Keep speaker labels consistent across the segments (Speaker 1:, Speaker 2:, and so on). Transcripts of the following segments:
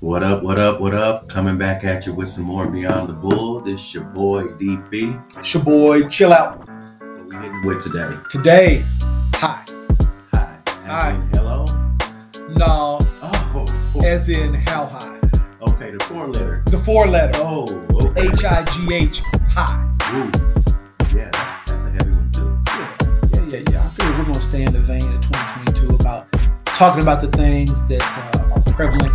Speaker 1: What up, what up, what up? Coming back at you with some more Beyond the Bull. This your boy DP.
Speaker 2: It's your boy, chill out.
Speaker 1: What we hitting with today?
Speaker 2: Today, hi.
Speaker 1: Hi.
Speaker 2: Hi.
Speaker 1: As in Hello?
Speaker 2: No,
Speaker 1: Oh,
Speaker 2: as in how high.
Speaker 1: okay, the four letter.
Speaker 2: The four letter,
Speaker 1: Oh, okay.
Speaker 2: H I G H, high.
Speaker 1: Ooh. Yeah, that's, that's a heavy one too.
Speaker 2: Yeah, yeah, yeah, yeah. I feel we're gonna stay in the vein of 2022 about talking about the things that uh, are prevalent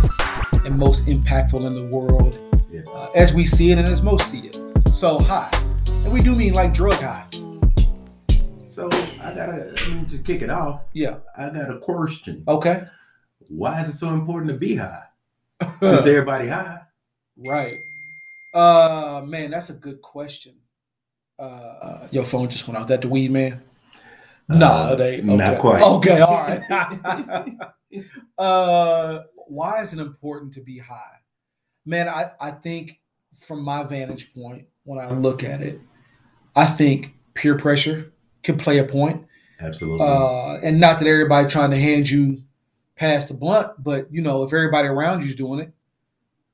Speaker 2: and most impactful in the world
Speaker 1: Yeah.
Speaker 2: uh, as we see it and as most see it. So high, and we do mean like drug high.
Speaker 1: So I gotta I mean, to kick it off.
Speaker 2: Yeah.
Speaker 1: I got a question.
Speaker 2: Okay.
Speaker 1: Why is it so important to be high? Since everybody high.
Speaker 2: Right. Uh man, that's a good question. Uh your phone just went off. That the weed man? No,
Speaker 1: Uh,
Speaker 2: it ain't.
Speaker 1: not
Speaker 2: Okay.
Speaker 1: quite.
Speaker 2: Okay, all right. uh why is it important to be high? Man, I, I think from my vantage point, when I look at it, I think peer pressure could play a point.
Speaker 1: Absolutely.
Speaker 2: Uh and not that everybody trying to hand you past the blunt, but you know, if everybody around you's doing it,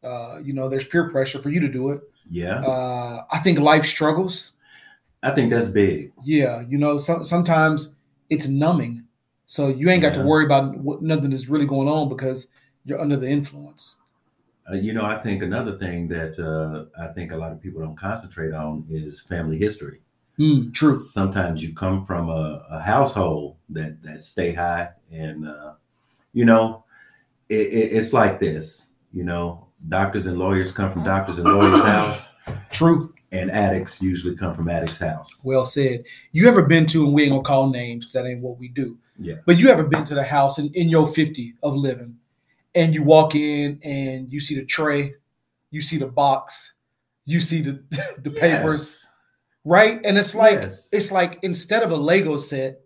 Speaker 2: uh, you know, there's peer pressure for you to do it
Speaker 1: yeah.
Speaker 2: uh, I think life struggles.
Speaker 1: I think that's big.
Speaker 2: Yeah, you know, so, sometimes it's numbing, so you ain't got
Speaker 1: Yeah.
Speaker 2: to worry about what nothing is really going on because you're under the influence.
Speaker 1: Uh, you know, I think another thing that uh, I think a lot of people don't concentrate on is family history.
Speaker 2: Mm, true.
Speaker 1: Sometimes you come from a, a household that that stay high, and uh, you know, it, it, it's like this. You know, doctors and lawyers come from doctors and lawyers' house,
Speaker 2: True.
Speaker 1: and addicts usually come from addicts' house.
Speaker 2: Well said. You ever been to, and we ain't gonna call names because that ain't what we do.
Speaker 1: Yeah.
Speaker 2: But you ever been to the house in, in your 50 of living and you walk in and you see the tray, you see the box, you see the, the papers, right? And it's like,
Speaker 1: Yes.
Speaker 2: it's like instead of a Lego set,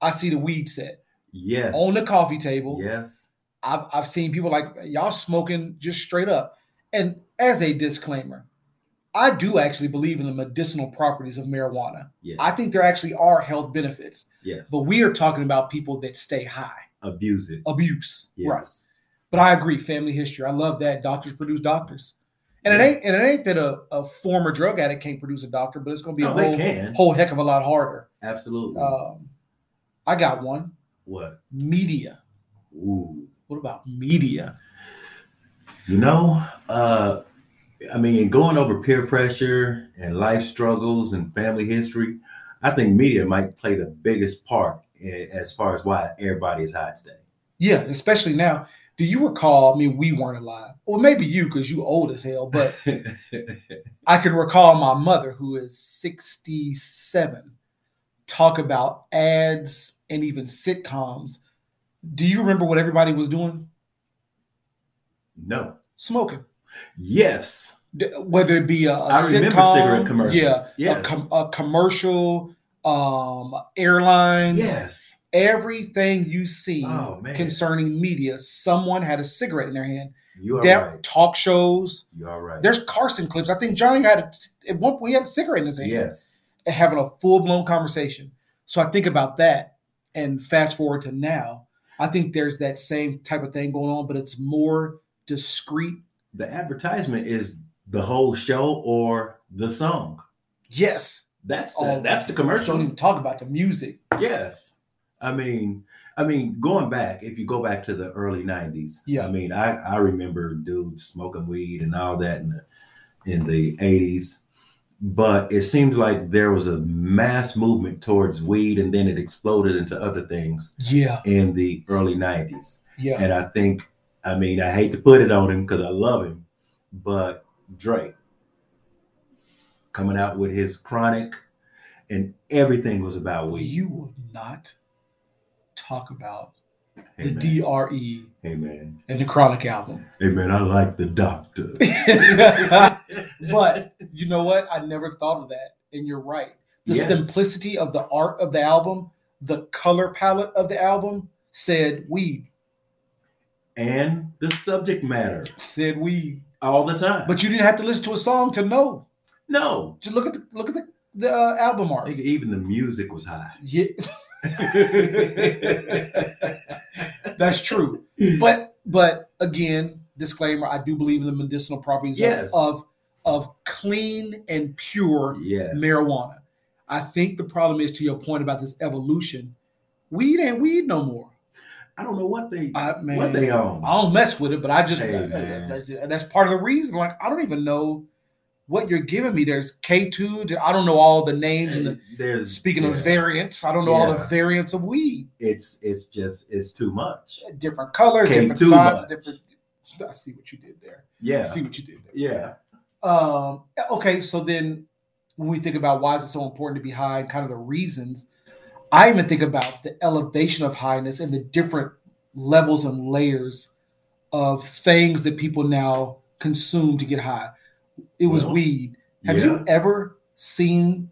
Speaker 2: I see the weed set.
Speaker 1: Yes.
Speaker 2: on the coffee table.
Speaker 1: Yes.
Speaker 2: I've, I've seen people like y'all smoking just straight up. And as a disclaimer, I do actually believe in the medicinal properties of marijuana.
Speaker 1: Yes.
Speaker 2: I think there actually are health benefits,
Speaker 1: yes.
Speaker 2: but we are talking about people that stay high,
Speaker 1: abuse it.
Speaker 2: abuse,
Speaker 1: Yes.
Speaker 2: right? But I agree, family history. I love that doctors produce doctors, and
Speaker 1: Yeah.
Speaker 2: it ain't and it ain't that a, a former drug addict can't produce a doctor, but it's going to be
Speaker 1: No,
Speaker 2: a
Speaker 1: they
Speaker 2: whole,
Speaker 1: can.
Speaker 2: whole heck of a lot harder.
Speaker 1: Absolutely.
Speaker 2: Um, I got one
Speaker 1: what?
Speaker 2: media.
Speaker 1: Ooh.
Speaker 2: What about media?
Speaker 1: You know, uh, I mean, going over peer pressure and life struggles and family history, I think media might play the biggest part i- as far as why everybody is high today.
Speaker 2: Yeah, especially now. Do you recall? I mean, we weren't alive, or maybe you because you old as hell. But I can recall my mother, who is sixty-seven, talk about ads and even sitcoms. Do you remember what everybody was doing?
Speaker 1: no.
Speaker 2: Smoking,
Speaker 1: Yes.
Speaker 2: D- whether it be a, a
Speaker 1: I remember
Speaker 2: sitcom,
Speaker 1: cigarette commercials.
Speaker 2: yeah,
Speaker 1: Yes.
Speaker 2: a, com- a commercial, um, airlines,
Speaker 1: yes.
Speaker 2: everything you see
Speaker 1: Oh, man.
Speaker 2: concerning media, someone had a cigarette in their hand.
Speaker 1: You are
Speaker 2: There-
Speaker 1: right.
Speaker 2: talk shows.
Speaker 1: You are right.
Speaker 2: There's Carson clips. I think Johnny had a, at one point he had a cigarette in his hand
Speaker 1: yes.
Speaker 2: and having a full blown conversation. So I think about that and fast forward to now. I think there's that same type of thing going on, but it's more discreet.
Speaker 1: The advertisement is the whole show or the song.
Speaker 2: Yes.
Speaker 1: That's the,
Speaker 2: Oh,
Speaker 1: that's the commercial.
Speaker 2: Don't even talk about the music.
Speaker 1: Yes. I mean, I mean, going back, if you go back to the early '90s,
Speaker 2: Yeah.
Speaker 1: I mean, I I remember dudes smoking weed and all that in the in the '80s, but it seems like there was a mass movement towards weed, and then it exploded into other things
Speaker 2: Yeah.
Speaker 1: in the early '90s.
Speaker 2: Yeah.
Speaker 1: And I think, I mean, I hate to put it on him because I love him, but Drake coming out with his Chronic, and everything was about weed.
Speaker 2: you would not talk about
Speaker 1: Hey, man.
Speaker 2: the DRE
Speaker 1: Hey man,
Speaker 2: and the Chronic album.
Speaker 1: hey man, I like the doctor.
Speaker 2: but you know what? I never thought of that. And you're right. The
Speaker 1: Yes.
Speaker 2: simplicity of the art of the album, the color palette of the album said weed,
Speaker 1: and the subject matter
Speaker 2: said weed.
Speaker 1: all the time.
Speaker 2: But you didn't have to listen to a song to know.
Speaker 1: no,
Speaker 2: Just look at the look at the, the uh, album art.
Speaker 1: nigga, even the music was high.
Speaker 2: Yeah, that's true. But but again, disclaimer, I do believe in the medicinal properties of-
Speaker 1: Yes.
Speaker 2: of of clean and pure
Speaker 1: Yes.
Speaker 2: marijuana. I think the problem is to your point about this evolution. Weed ain't weed no more.
Speaker 1: I don't know what they
Speaker 2: I man,
Speaker 1: what they own.
Speaker 2: I don't mess with it, but I just
Speaker 1: Hey,
Speaker 2: uh, uh,
Speaker 1: man.
Speaker 2: that's, that's part of the reason. Like I don't even know what you're giving me. There's K two. I don't know all the names and the.
Speaker 1: There's
Speaker 2: Speaking
Speaker 1: yeah,
Speaker 2: of variants, I don't know all the
Speaker 1: Yeah.
Speaker 2: variants of weed.
Speaker 1: it's it's just it's too much.
Speaker 2: Different colors,
Speaker 1: Came
Speaker 2: different
Speaker 1: too
Speaker 2: sizes,
Speaker 1: much.
Speaker 2: different. I see what you did there. I
Speaker 1: Yeah.
Speaker 2: see what you did there.
Speaker 1: Yeah.
Speaker 2: Um, okay, so then when we think about why is it so important to be high and kind of the reasons, I even think about the elevation of highness and the different levels and layers of things that people now consume to get high. It was
Speaker 1: Well,
Speaker 2: weed. Have
Speaker 1: yeah.
Speaker 2: you ever seen?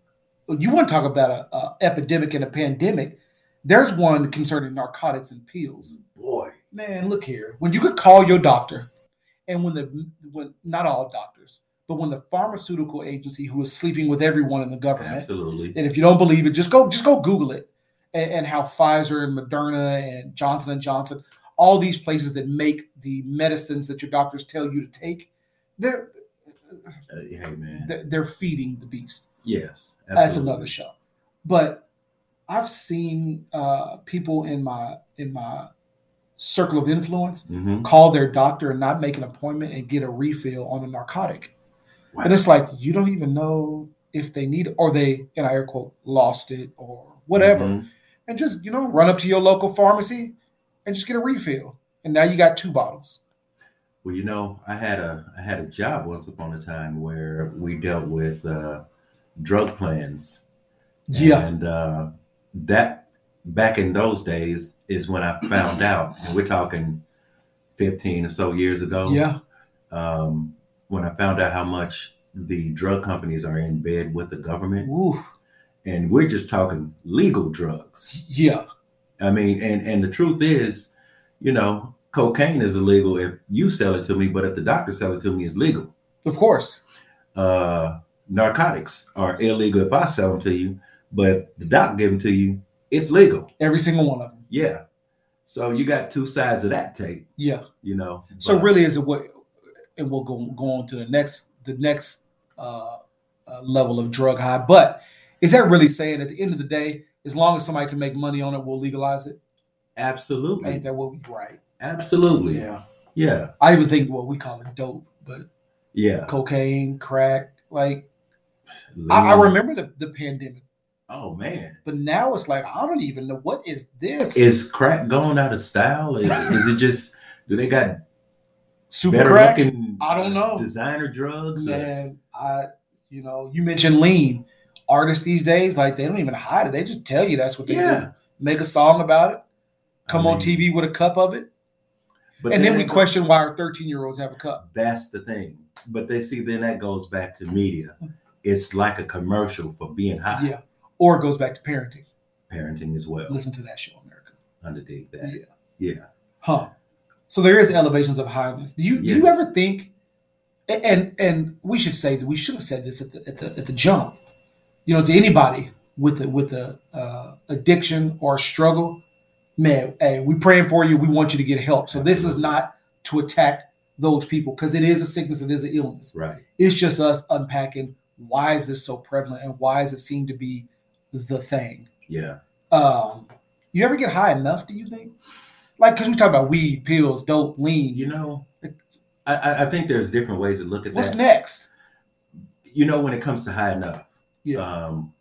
Speaker 2: You want to talk about a, a epidemic and a pandemic? There's one concerning narcotics and pills
Speaker 1: boy.
Speaker 2: man, look here. When you could call your doctor, and when the when not all doctors, but when the pharmaceutical agency who is sleeping with everyone in the government,
Speaker 1: Absolutely.
Speaker 2: and if you don't believe it, just go just go Google it, and, and how Pfizer and Moderna and Johnson and Johnson, all these places that make the medicines that your doctors tell you to take, they're
Speaker 1: Uh, hey man.
Speaker 2: they're they're feeding the beast.
Speaker 1: yes.
Speaker 2: that's
Speaker 1: absolutely.
Speaker 2: another show. But I've seen uh, people in my in my circle of influence
Speaker 1: Mhm.
Speaker 2: call their doctor and not make an appointment and get a refill on a narcotic.
Speaker 1: Wow.
Speaker 2: And it's like you don't even know if they need it or they, and I air quote, lost it or whatever.
Speaker 1: Mhm.
Speaker 2: And just, you know, run up to your local pharmacy and just get a refill. And now you got two bottles.
Speaker 1: Well, you know, I had a I had a job once upon a time where we dealt with uh, drug plans. And uh, that back in those days is when I found out, and we're talking 15 or so years ago.
Speaker 2: Yeah.
Speaker 1: Um, when I found out how much the drug companies are in bed with the government,
Speaker 2: Ooh.
Speaker 1: and we're just talking legal drugs.
Speaker 2: Yeah.
Speaker 1: I mean, and and the truth is, you know, cocaine is illegal if you sell it to me, but if the doctor sell it to me, it's legal.
Speaker 2: Of course.
Speaker 1: Uh, narcotics are illegal if I sell them to you, but if the doc give them to you, it's legal.
Speaker 2: Every single one of them.
Speaker 1: Yeah. So you got two sides of that tape,
Speaker 2: Yeah.
Speaker 1: you know.
Speaker 2: So
Speaker 1: but-
Speaker 2: really, is it what? And we'll go go on to the next the next uh, uh, level of drug high. But is that really saying at the end of the day, as long as somebody can make money on it, we'll legalize it? Ain't
Speaker 1: absolutely,
Speaker 2: that what we right?
Speaker 1: absolutely, yeah. yeah,
Speaker 2: I even think what we call it dope, but
Speaker 1: yeah.
Speaker 2: cocaine, crack, like I,
Speaker 1: Mm-hmm.
Speaker 2: I remember the, the pandemic,
Speaker 1: Oh man,
Speaker 2: but now it's like I don't even know what is this.
Speaker 1: is crack going out of style? Is, is it just do they got
Speaker 2: super
Speaker 1: better
Speaker 2: crack?
Speaker 1: looking?
Speaker 2: I don't know.
Speaker 1: Designer drugs. or-
Speaker 2: Man, I you know you mentioned lean artists these days like they don't even hide it they just tell you that's what they do
Speaker 1: Yeah.
Speaker 2: make a song about it come
Speaker 1: I
Speaker 2: on
Speaker 1: mean,
Speaker 2: TV with a cup of it
Speaker 1: But
Speaker 2: and then we
Speaker 1: that-
Speaker 2: question why our 13 year olds have a cup
Speaker 1: That's the thing. But they see, then that goes back to media. It's like a commercial for being high.
Speaker 2: yeah or it goes back to parenting
Speaker 1: Parenting as well.
Speaker 2: listen to that show America
Speaker 1: Underdig that.
Speaker 2: Yeah.
Speaker 1: Yeah.
Speaker 2: huh so there is elevations of highness do you do you
Speaker 1: Yes.
Speaker 2: ever think a- and and we should say that we should have said this at the at the, at the jump you know to anybody with a with a uh, addiction or struggle man hey we praying for you we want you to get help so this is
Speaker 1: Absolutely.
Speaker 2: not to attack those people because it is a sickness it is an illness
Speaker 1: Right.
Speaker 2: it's just us unpacking why is this so prevalent and why does it seem to be the thing
Speaker 1: Yeah.
Speaker 2: um you ever get high enough do you think like because we talk about weed pills dope lean
Speaker 1: You know, I- I, I think there's different ways to look at
Speaker 2: what's
Speaker 1: that.
Speaker 2: next
Speaker 1: you know, when it comes to high enough,
Speaker 2: Yeah.
Speaker 1: um,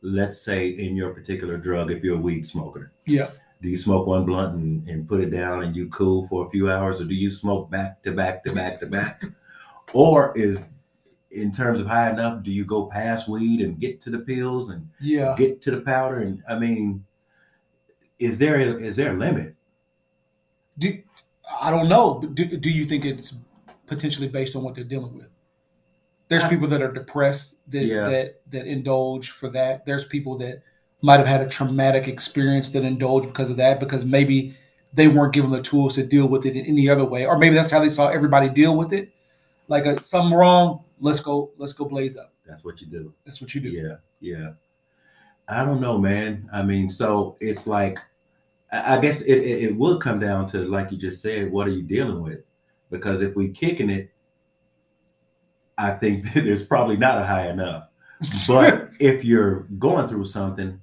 Speaker 1: let's say in your particular drug, if you're a weed smoker,
Speaker 2: yeah
Speaker 1: do you smoke one blunt and, and put it down and you cool for a few hours, or do you smoke back to back to back to back? or is in terms of high enough, do you go past weed and get to the pills and
Speaker 2: yeah
Speaker 1: get to the powder? And I mean, is there a, is there a limit?
Speaker 2: do i don't know but do, do you think it's potentially based on what they're dealing with there's
Speaker 1: I-
Speaker 2: people that are depressed that
Speaker 1: Yeah.
Speaker 2: that that indulge for that there's people that might have had a traumatic experience that indulge because of that because maybe they weren't given the tools to deal with it in any other way or maybe that's how they saw everybody deal with it like a, something wrong let's go let's go blaze up
Speaker 1: That's what you do.
Speaker 2: that's what you do
Speaker 1: Yeah, yeah. I don't know, man. I mean, so it's like, I I guess it, it, it would come down to, like you just said, what are you dealing with? because if we kicking it, I think that there's probably not a high enough. But if you're going through something,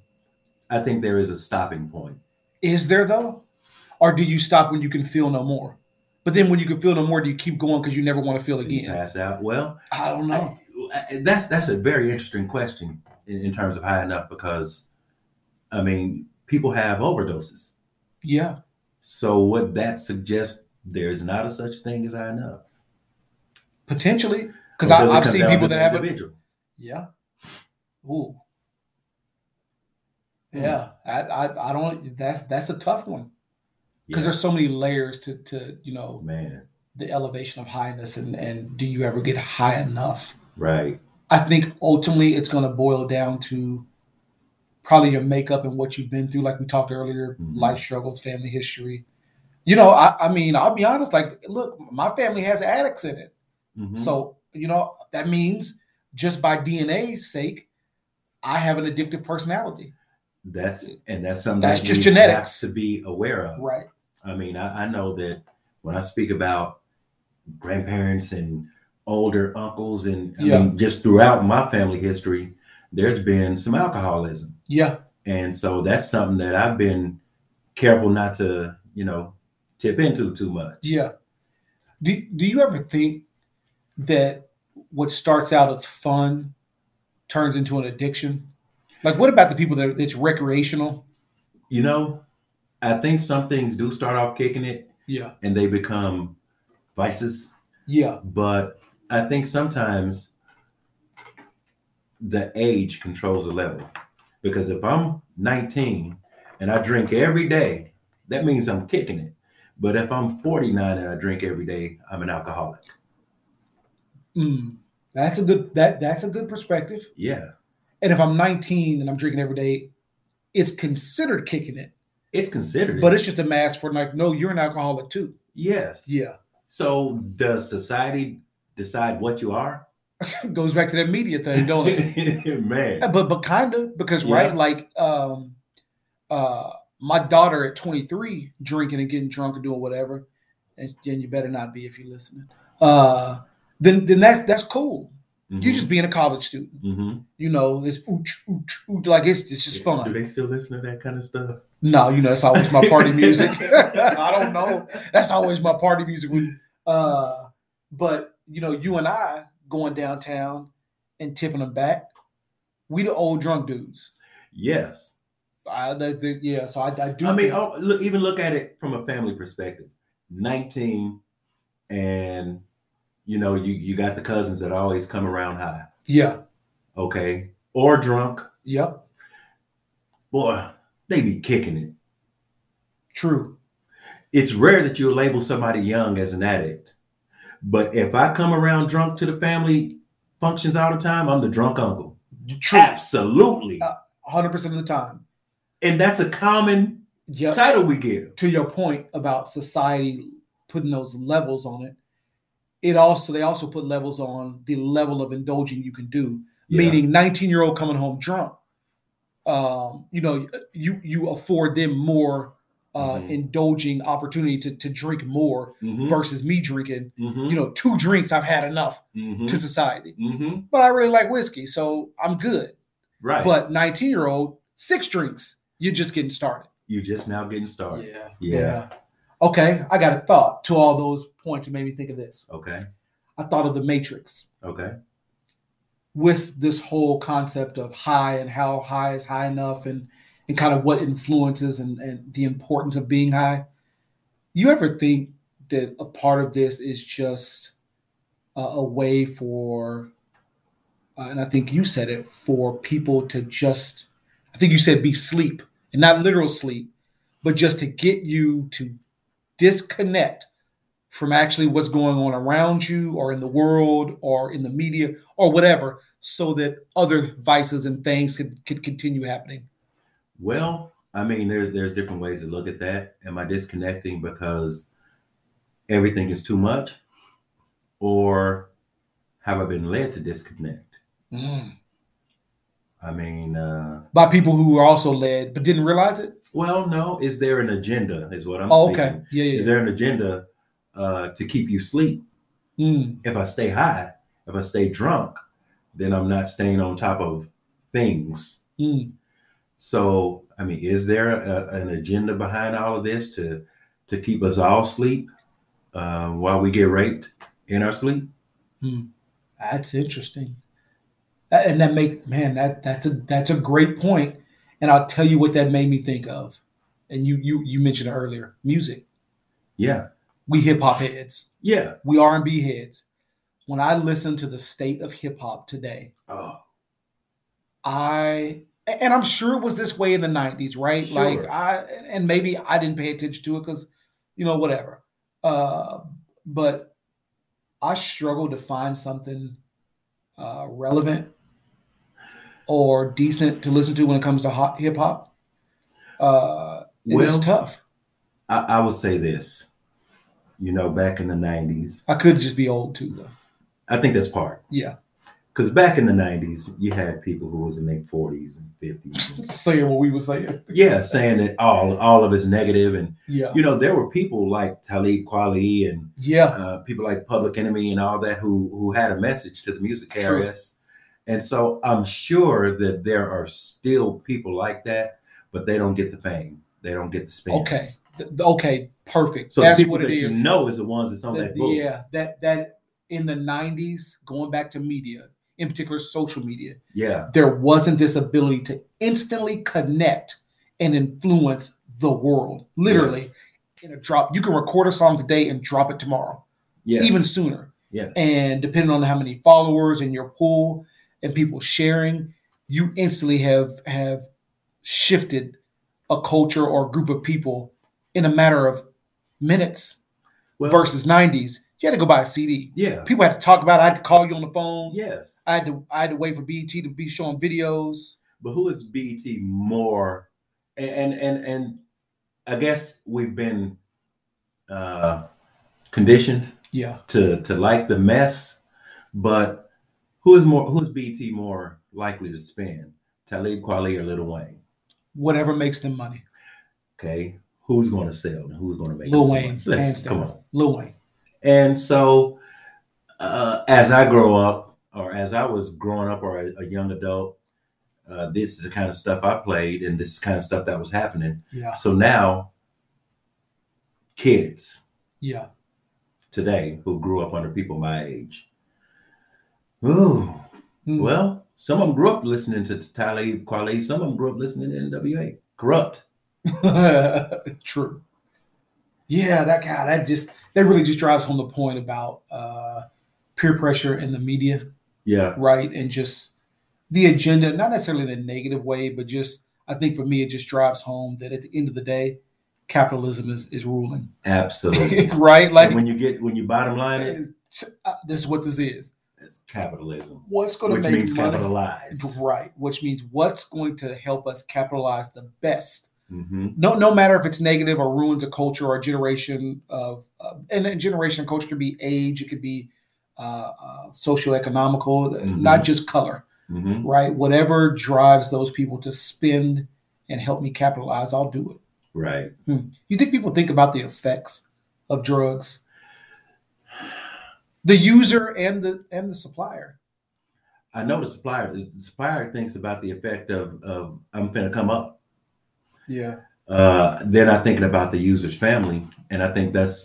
Speaker 1: I think there is a stopping point.
Speaker 2: Is there though? Or do you stop when you can feel no more? But then when you can feel no more, do you keep going because you never want to feel
Speaker 1: Did you
Speaker 2: again?
Speaker 1: Pass out. Well,
Speaker 2: I don't know.
Speaker 1: I- that's that's a very interesting question in, in terms of high enough because, I mean, people have overdoses.
Speaker 2: yeah.
Speaker 1: So what that suggests there is not a such thing as high enough.
Speaker 2: Potentially. Because
Speaker 1: Or does it
Speaker 2: I've
Speaker 1: come
Speaker 2: seen
Speaker 1: down
Speaker 2: people
Speaker 1: to
Speaker 2: that
Speaker 1: the
Speaker 2: have it.
Speaker 1: individual.
Speaker 2: Yeah. Ooh.
Speaker 1: Hmm.
Speaker 2: Yeah. I, I I don't that's that's a tough one. Because
Speaker 1: Yeah, Oh,
Speaker 2: there's so many layers to to, you know,
Speaker 1: man,
Speaker 2: the elevation of highness and, and do you ever get high enough?
Speaker 1: right?
Speaker 2: I think ultimately it's going to boil down to probably your makeup and what you've been through, like we talked earlier,
Speaker 1: Mhm.
Speaker 2: life struggles, family history. You know, I, I mean, I'll be honest. Like, look, my family has addicts in it,
Speaker 1: Mhm.
Speaker 2: so you know that means just by DNA's sake, I have an addictive personality,
Speaker 1: that's and that's something
Speaker 2: That's
Speaker 1: that
Speaker 2: just
Speaker 1: we
Speaker 2: genetics.
Speaker 1: have to be aware of.
Speaker 2: right?
Speaker 1: I mean, I, I know that when I speak about grandparents and older uncles, and I
Speaker 2: Yeah.
Speaker 1: mean, just throughout my family history, there's been some alcoholism.
Speaker 2: Yeah,
Speaker 1: And so that's something that I've been careful not to, you know, tip into too much.
Speaker 2: yeah. Do Do you ever think that what starts out as fun turns into an addiction? Like, what about the people that it's recreational?
Speaker 1: You know, I think some things do start off kicking it
Speaker 2: Yeah,
Speaker 1: and they become vices.
Speaker 2: yeah.
Speaker 1: But I think sometimes the age controls the level. Because if I'm 19 and I drink every day, that means I'm kicking it. But if I'm 49 and I drink every day, I'm an alcoholic.
Speaker 2: Mm, that's a good that that's a good perspective.
Speaker 1: Yeah,
Speaker 2: And if I'm 19 and I'm drinking every day, it's considered kicking it,
Speaker 1: it's considered.
Speaker 2: but it's just a mask for like, no, you're an alcoholic too.
Speaker 1: yes.
Speaker 2: Yeah,
Speaker 1: So does society decide what you are?
Speaker 2: goes back to that media thing, don't it?
Speaker 1: Man.
Speaker 2: Yeah, but but kind of because
Speaker 1: Yeah.
Speaker 2: right, like um, uh, my daughter at 23 drinking and getting drunk and doing whatever, and, and you better not be if you're listening. Uh, then then that's that's cool. You just being a college student,
Speaker 1: Mhm.
Speaker 2: you know, it's ooch ooch ooch like it's it's just fun.
Speaker 1: Do they still listen to that kind of stuff?
Speaker 2: No, you know, that's always my party music. I don't know. That's always my party music. When, uh, but you know, you and I going downtown and tipping them back, we the old drunk dudes.
Speaker 1: Yes.
Speaker 2: I, I think, yeah, so I, I do.
Speaker 1: I mean,
Speaker 2: think-
Speaker 1: oh, look, even look at it from a family perspective. Nineteen, and you know, you you got the cousins that always come around high,
Speaker 2: yeah,
Speaker 1: okay, or drunk.
Speaker 2: yep,
Speaker 1: Boy, they be kicking it.
Speaker 2: true.
Speaker 1: It's rare that you label somebody young as an addict, but if I come around drunk to the family functions all the time, I'm the drunk uncle.
Speaker 2: True.
Speaker 1: Absolutely,
Speaker 2: Uh, 100% of the time.
Speaker 1: and that's a common
Speaker 2: Yep.
Speaker 1: title we give.
Speaker 2: to your point about society putting those levels on it, it also they also put levels on the level of indulging you can do.
Speaker 1: Yeah.
Speaker 2: Meaning, nineteen year old coming home drunk, um, you know, you you afford them more uh,
Speaker 1: Mhm.
Speaker 2: indulging opportunity to to drink more
Speaker 1: Mhm,
Speaker 2: versus me drinking.
Speaker 1: mhm,
Speaker 2: You know, two drinks I've had enough
Speaker 1: mhm,
Speaker 2: to society,
Speaker 1: mhm.
Speaker 2: but I really like whiskey, so I'm good.
Speaker 1: Right,
Speaker 2: But nineteen year old six drinks, you're just getting started.
Speaker 1: you just now getting started.
Speaker 2: Yeah.
Speaker 1: Yeah.
Speaker 2: Okay, I got a thought to all those points and made me think of this.
Speaker 1: Okay,
Speaker 2: I thought of the Matrix
Speaker 1: okay.
Speaker 2: with this whole concept of high and how high is high enough and and kind of what influences and, and the importance of being high. You ever think that a part of this is just a, a way for, uh, and I think you said it, for people to just, I think you said be sleep and not literal sleep, but just to get you to disconnect from actually what's going on around you or in the world or in the media or whatever so that other vices and things could, could continue happening
Speaker 1: Well, I mean, there's there's different ways to look at that. Am I disconnecting because everything is too much, or have I been led to disconnect? Mm. I mean, uh,
Speaker 2: by people who were also led but didn't realize it
Speaker 1: well, no. Is there an agenda? Is what I'm.
Speaker 2: oh
Speaker 1: speaking.
Speaker 2: okay yeah yeah,
Speaker 1: Is
Speaker 2: yeah.
Speaker 1: there an agenda uh, to keep you sleep.
Speaker 2: Mm.
Speaker 1: If I stay high, if I stay drunk, then I'm not staying on top of things.
Speaker 2: Mm.
Speaker 1: So, I mean, is there a, an agenda behind all of this to to keep us all asleep uh, while we get raped in our sleep?
Speaker 2: That's interesting. That- and that makes man that that's a that's a great point. And I'll tell you what that made me think of. And you you you mentioned it earlier music.
Speaker 1: Yeah,
Speaker 2: We hip hop heads.
Speaker 1: yeah.
Speaker 2: We R and B heads. When I listen to the state of hip hop today,
Speaker 1: Oh,
Speaker 2: I and I'm sure it was this way in the 90s, right?
Speaker 1: Sure.
Speaker 2: Like I and maybe I didn't pay attention to it because you know, whatever. Uh but I struggle to find something uh relevant or decent to listen to when it comes to hot hip hop. Uh
Speaker 1: well,
Speaker 2: it's tough.
Speaker 1: I, I would say this. You know, back in the '90s,
Speaker 2: I could just be old too though.
Speaker 1: I think that's part.
Speaker 2: Yeah.
Speaker 1: Because back in the '90s, you had people who was in their 40s and 50s.
Speaker 2: Saying what we were saying.
Speaker 1: yeah, saying that all all of it's negative, and
Speaker 2: Yeah.
Speaker 1: you know, there were people like Talib Kweli and
Speaker 2: Yeah.
Speaker 1: uh, people like Public Enemy and all that who who had a message to the music
Speaker 2: True.
Speaker 1: carriers. And so I'm sure that there are still people like that, but they don't get the fame. They don't get the spins.
Speaker 2: Okay. Th- okay, perfect.
Speaker 1: So
Speaker 2: That's
Speaker 1: the people
Speaker 2: what it
Speaker 1: that
Speaker 2: is.
Speaker 1: you know is the ones that's on
Speaker 2: the-
Speaker 1: that book.
Speaker 2: yeah, that that in the '90s, going back to media, in particular social media,
Speaker 1: Yeah.
Speaker 2: there wasn't this ability to instantly connect and influence the world. Literally,
Speaker 1: Yes.
Speaker 2: in a drop, you can record a song today and drop it tomorrow,
Speaker 1: Yes.
Speaker 2: even sooner.
Speaker 1: Yes.
Speaker 2: And depending on how many followers in your pool and people sharing, you instantly have have shifted a culture or a group of people in a matter of minutes
Speaker 1: Well,
Speaker 2: versus 90s, you had to go buy a CD.
Speaker 1: Yeah.
Speaker 2: People had to talk about it. I had to call you on the phone.
Speaker 1: Yes.
Speaker 2: I had to I had to wait for BET to be showing videos.
Speaker 1: But who is BET more? And and and, and I guess we've been uh, conditioned
Speaker 2: Yeah.
Speaker 1: to to like the mess, but who is more who's BT more likely to spend? Talib Kweli or Lil Wayne?
Speaker 2: Whatever makes them money.
Speaker 1: Okay, who's going to sell and who's going to make?
Speaker 2: Lil
Speaker 1: some
Speaker 2: Wayne.
Speaker 1: money?
Speaker 2: hands
Speaker 1: Let's
Speaker 2: down.
Speaker 1: come on.
Speaker 2: Lil Wayne.
Speaker 1: And so, uh, as I grow up, or as I was growing up, or a, a young adult, uh, this is the kind of stuff I played, and this is the kind of stuff that was happening.
Speaker 2: Yeah.
Speaker 1: So now, kids
Speaker 2: Yeah.
Speaker 1: today who grew up under people my age, ooh,
Speaker 2: Mm.
Speaker 1: Well, some of them grew up listening to Talib Kweli. Some of them grew up listening to NWA. Corrupt.
Speaker 2: True. Yeah, that guy, that just that really just drives home the point about uh peer pressure in the media.
Speaker 1: Yeah.
Speaker 2: right? And just the agenda, not necessarily in a negative way, but just I think for me it just drives home that at the end of the day, capitalism is is ruling,
Speaker 1: Absolutely.
Speaker 2: right?
Speaker 1: And
Speaker 2: Like
Speaker 1: when you get when you bottom line it,
Speaker 2: uh, this is what this is.
Speaker 1: it's capitalism,
Speaker 2: What's going to
Speaker 1: which
Speaker 2: make
Speaker 1: means
Speaker 2: money?
Speaker 1: capitalize.
Speaker 2: Right, which means what's going to help us capitalize the best.
Speaker 1: hmm
Speaker 2: No, no matter if it's negative or ruins a culture or a generation of, uh, and a generation of culture could be age, it could be uh, uh, socioeconomical, uh,
Speaker 1: Mhm.
Speaker 2: not just color.
Speaker 1: hmm
Speaker 2: right? Whatever drives those people to spend and help me capitalize, I'll do it.
Speaker 1: Right.
Speaker 2: You think people think about the effects of drugs, the user and the and the supplier?
Speaker 1: I know the supplier. The supplier thinks about the effect of of I'm finna come up.
Speaker 2: Yeah,
Speaker 1: Uh, they're not thinking about the user's family, and I think that's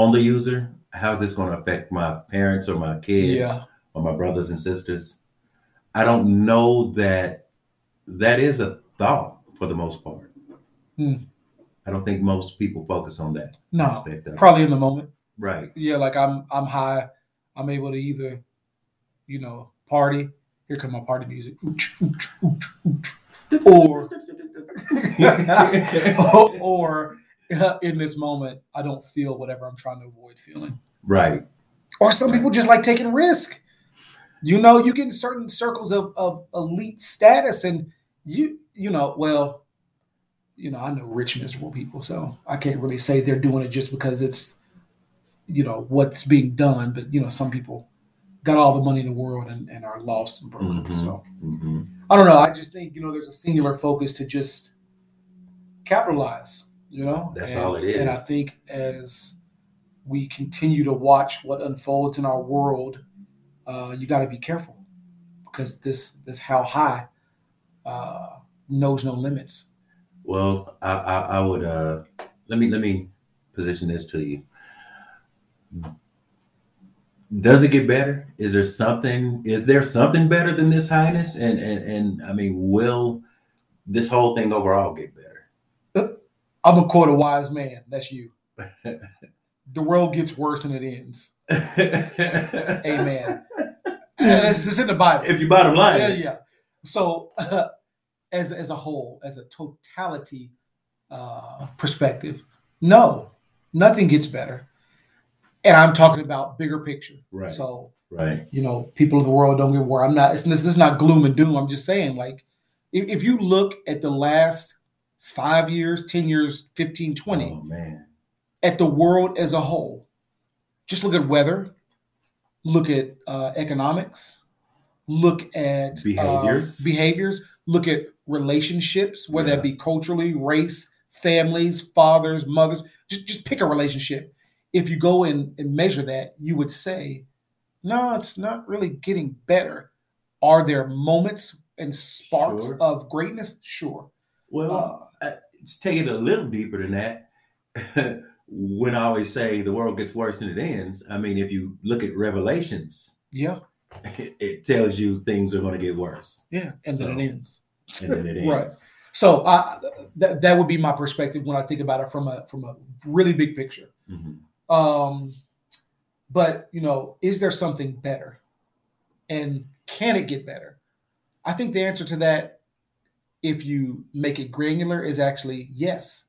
Speaker 1: on the user. How's this going to affect my parents or my kids?
Speaker 2: yeah,
Speaker 1: or my brothers and sisters. I don't know that that is a thought for the most part.
Speaker 2: Hmm.
Speaker 1: I don't think most people focus on that
Speaker 2: no,
Speaker 1: aspect of it.
Speaker 2: probably in the moment.
Speaker 1: Right.
Speaker 2: Yeah, like I'm I'm high, I'm able to either, you know, party. Here come my party music, or or in this moment, I don't feel whatever I'm trying to avoid feeling.
Speaker 1: right.
Speaker 2: Or some people just like taking risk. You know, you get in certain circles of, of elite status, and you you know, well, you know, I know rich miserable people, so I can't really say they're doing it just because it's you know what's being done. But you know, some people got all the money in the world and, and are lost and broke.
Speaker 1: Mhm.
Speaker 2: So
Speaker 1: hmm
Speaker 2: I don't know. I just think you know, there's a singular focus to just capitalize. You know,
Speaker 1: That's
Speaker 2: And-
Speaker 1: all it
Speaker 2: And I
Speaker 1: is.
Speaker 2: think as we continue to watch what unfolds in our world, uh, you got to be careful because this this how high uh, knows no limits.
Speaker 1: Well, I, I, I would uh, let me let me position this to you. Does it get better? Is there something? Is there something better than this highness? And and and I mean, will this whole thing overall get better?
Speaker 2: I'm a quarter wise man. That's you. the world gets worse and it ends. Amen. That's, that's in the Bible.
Speaker 1: If you bottom line,
Speaker 2: yeah, yeah. So, uh, as as a whole, as a totality uh, perspective, no, nothing gets better. And I'm talking about bigger picture.
Speaker 1: Right.
Speaker 2: So,
Speaker 1: right.
Speaker 2: You know, people of the world don't get worried. I'm not. It's, this, this is not gloom and doom. I'm just saying, like, if, if you look at the last five years, ten years, 15, 20,
Speaker 1: oh man,
Speaker 2: at the world as a whole, just look at weather, look at uh, economics, look at
Speaker 1: behaviors,
Speaker 2: uh, behaviors, look at relationships, whether
Speaker 1: Yeah.
Speaker 2: that be culturally, race, families, fathers, mothers. Just just pick a relationship. If you go in and measure that, you would say, no, it's not really getting better. Are there moments and sparks
Speaker 1: Sure.
Speaker 2: of greatness? Sure.
Speaker 1: Well,
Speaker 2: Uh,
Speaker 1: just take it a little deeper than that. when I always say the world gets worse and it ends, I mean, if you look at Revelations,
Speaker 2: yeah,
Speaker 1: it, it tells you things are going to get worse,
Speaker 2: yeah, and
Speaker 1: So-
Speaker 2: then it ends.
Speaker 1: and then it ends.
Speaker 2: Right. So I, that that would be my perspective when I think about it from a from a really big picture.
Speaker 1: Mhm.
Speaker 2: Um, but you know, is there something better, and can it get better? I think the answer to that, if you make it granular, is actually yes,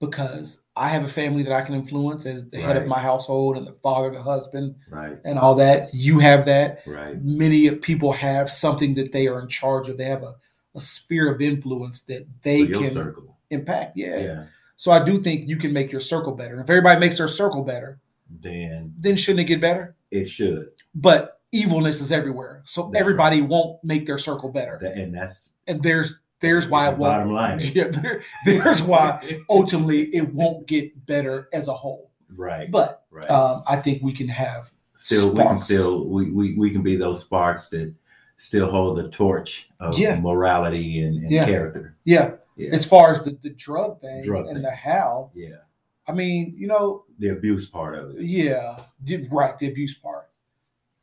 Speaker 2: because I have a family that I can influence as the head of
Speaker 1: Right.
Speaker 2: my household and the father, the husband,
Speaker 1: Right.
Speaker 2: and all that. You have that
Speaker 1: Right.
Speaker 2: many people have something that they are in charge of. They have a, a sphere of influence that they
Speaker 1: For your
Speaker 2: can
Speaker 1: circle.
Speaker 2: impact. Yeah.
Speaker 1: Yeah.
Speaker 2: So I do think you can make your circle better. And if everybody makes their circle better,
Speaker 1: Then
Speaker 2: then shouldn't it get better?
Speaker 1: it should,
Speaker 2: But evilness is everywhere. So
Speaker 1: That's
Speaker 2: everybody won't make their circle better.
Speaker 1: That- and that's
Speaker 2: And there's there's why
Speaker 1: the
Speaker 2: it won't.
Speaker 1: bottom line.
Speaker 2: Yeah, there- there's why Oh, ultimately it won't get better as a whole.
Speaker 1: right.
Speaker 2: But
Speaker 1: right.
Speaker 2: um, I think we can have
Speaker 1: still, we can
Speaker 2: sparks.
Speaker 1: still we, we we can be those sparks that still hold the torch of
Speaker 2: Yeah.
Speaker 1: morality and, and
Speaker 2: Yeah.
Speaker 1: character.
Speaker 2: yeah,
Speaker 1: Yeah.
Speaker 2: As far as the, the drug thing
Speaker 1: Drug
Speaker 2: and
Speaker 1: thing.
Speaker 2: the how,
Speaker 1: yeah.
Speaker 2: I mean, you know,
Speaker 1: The abuse part of it.
Speaker 2: Yeah, di- right. The abuse part.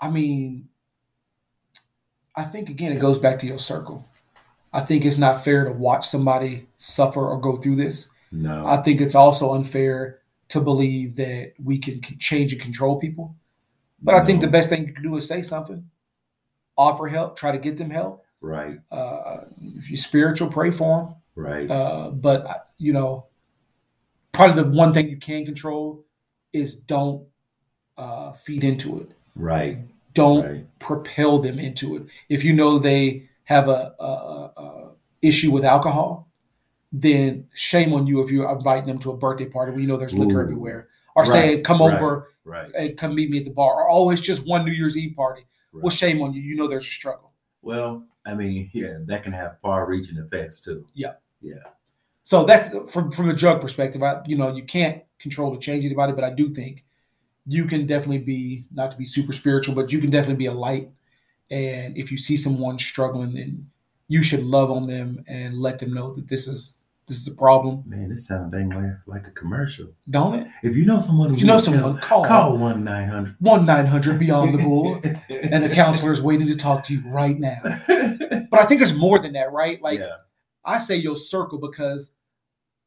Speaker 2: I mean, I think again it goes back to your circle. I think it's not fair to watch somebody suffer or go through this.
Speaker 1: No.
Speaker 2: I think it's also unfair to believe that we can c- change and control people. But I think
Speaker 1: No.
Speaker 2: the best thing you can do is say something, offer help, try to get them help.
Speaker 1: right,
Speaker 2: Uh, if you're spiritual, pray for them.
Speaker 1: right.
Speaker 2: Uh, but uh, you know, probably the one thing you can control is don't uh, feed into it.
Speaker 1: Right.
Speaker 2: Don't
Speaker 1: Right.
Speaker 2: propel them into it. If you know they have a, a, a, a issue with alcohol, then shame on you if you're inviting them to a birthday party where you know there's liquor
Speaker 1: Ooh.
Speaker 2: everywhere, or
Speaker 1: Right,
Speaker 2: saying come
Speaker 1: right.
Speaker 2: over
Speaker 1: Right.
Speaker 2: and come meet me at the bar, or oh it's just one New Year's Eve party. Well,
Speaker 1: Right.
Speaker 2: shame on you. You know there's a struggle.
Speaker 1: Well, I mean, yeah, that can have far-reaching effects too.
Speaker 2: So that's from from the drug perspective. I you know you can't control or change anybody, but I do think you can definitely be not to be super spiritual, but you can definitely be a light. And if you see someone struggling, then you should love on them and let them know that this is this is a problem,
Speaker 1: Man, this sounds dang near like a commercial.
Speaker 2: don't it?
Speaker 1: If you know someone,
Speaker 2: If
Speaker 1: who
Speaker 2: you know
Speaker 1: needs help,
Speaker 2: someone, call
Speaker 1: call one nine hundred.
Speaker 2: one nine hundred beyond the bull, and the counselor is waiting to talk to you right now. But I think it's more than that, right? Like
Speaker 1: yeah,
Speaker 2: I say your circle because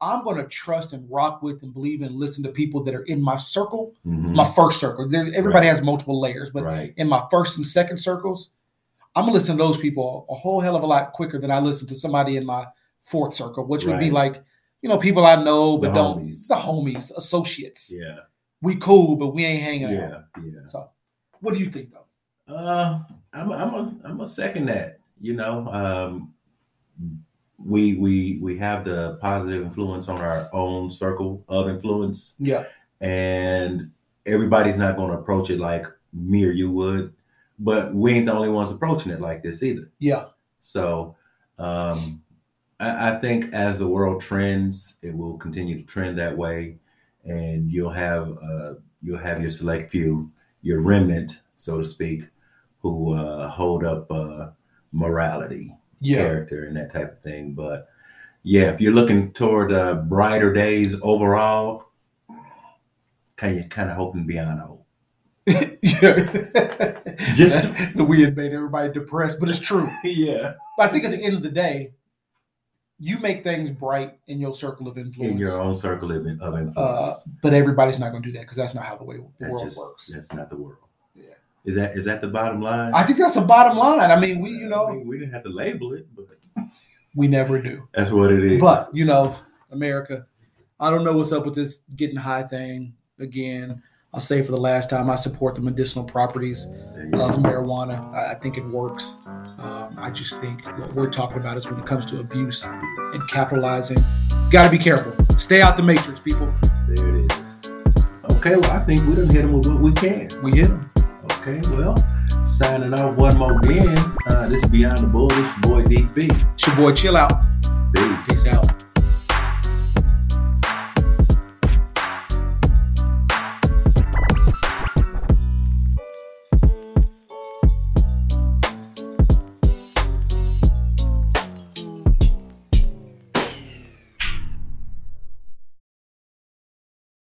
Speaker 2: I'm going to trust and rock with and believe and listen to people that are in my circle,
Speaker 1: Mhm.
Speaker 2: my first circle. There, everybody has multiple layers, but
Speaker 1: right,
Speaker 2: in my first and second circles, I'm going to listen to those people a whole hell of a lot quicker than I listen to somebody in my fourth circle, which would be like, you know, people I know, but
Speaker 1: The
Speaker 2: don't,
Speaker 1: homies.
Speaker 2: the homies, associates.
Speaker 1: yeah,
Speaker 2: We cool, but we ain't hanging out.
Speaker 1: yeah, yeah.
Speaker 2: So, what do you think, though?
Speaker 1: Uh, I'm, I'm, a, I'm a second that. You know, um, we we we have the positive influence on our own circle of influence,
Speaker 2: Yeah.
Speaker 1: and everybody's not going to approach it like me or you would, but we ain't the only ones approaching it like this either.
Speaker 2: Yeah.
Speaker 1: So um, I, I think as the world trends, it will continue to trend that way, and you'll have uh, you'll have your select few, your remnant, so to speak, who uh, hold up uh, morality,
Speaker 2: Yeah.
Speaker 1: character, and that type of thing. But yeah, if you're looking toward uh, brighter days overall, kind of kind of hoping beyond hope.
Speaker 2: yeah.
Speaker 1: Just
Speaker 2: we had made everybody depressed, but it's true.
Speaker 1: yeah,
Speaker 2: But I think at the end of the day, you make things bright in your circle of influence.
Speaker 1: in your own circle of, of influence.
Speaker 2: uh, but everybody's not going to do that because that's not how the way the
Speaker 1: that's
Speaker 2: world
Speaker 1: just
Speaker 2: works.
Speaker 1: that's not the world.
Speaker 2: Yeah.
Speaker 1: Is that is that the bottom line?
Speaker 2: I think that's the bottom line. I mean, we you
Speaker 1: I
Speaker 2: know
Speaker 1: mean, we didn't have to label it, but
Speaker 2: we never do.
Speaker 1: that's what it is.
Speaker 2: But you know, America, I don't know what's up with this getting high thing again. I'll say for the last time, I support the medicinal properties
Speaker 1: There you
Speaker 2: of
Speaker 1: go.
Speaker 2: marijuana. I, I think it works. Um, I just think what we're talking about is when it comes to abuse and capitalizing. Got to be careful. Stay out the matrix, people.
Speaker 1: There it is. Okay, well, I think we done hit them with what we can.
Speaker 2: We hit 'em.
Speaker 1: Okay, well, signing off one more again. Uh, this is Beyond the Bull. This is your boy DB.
Speaker 2: It's your boy. Chill out.
Speaker 1: Peace.
Speaker 2: Peace out.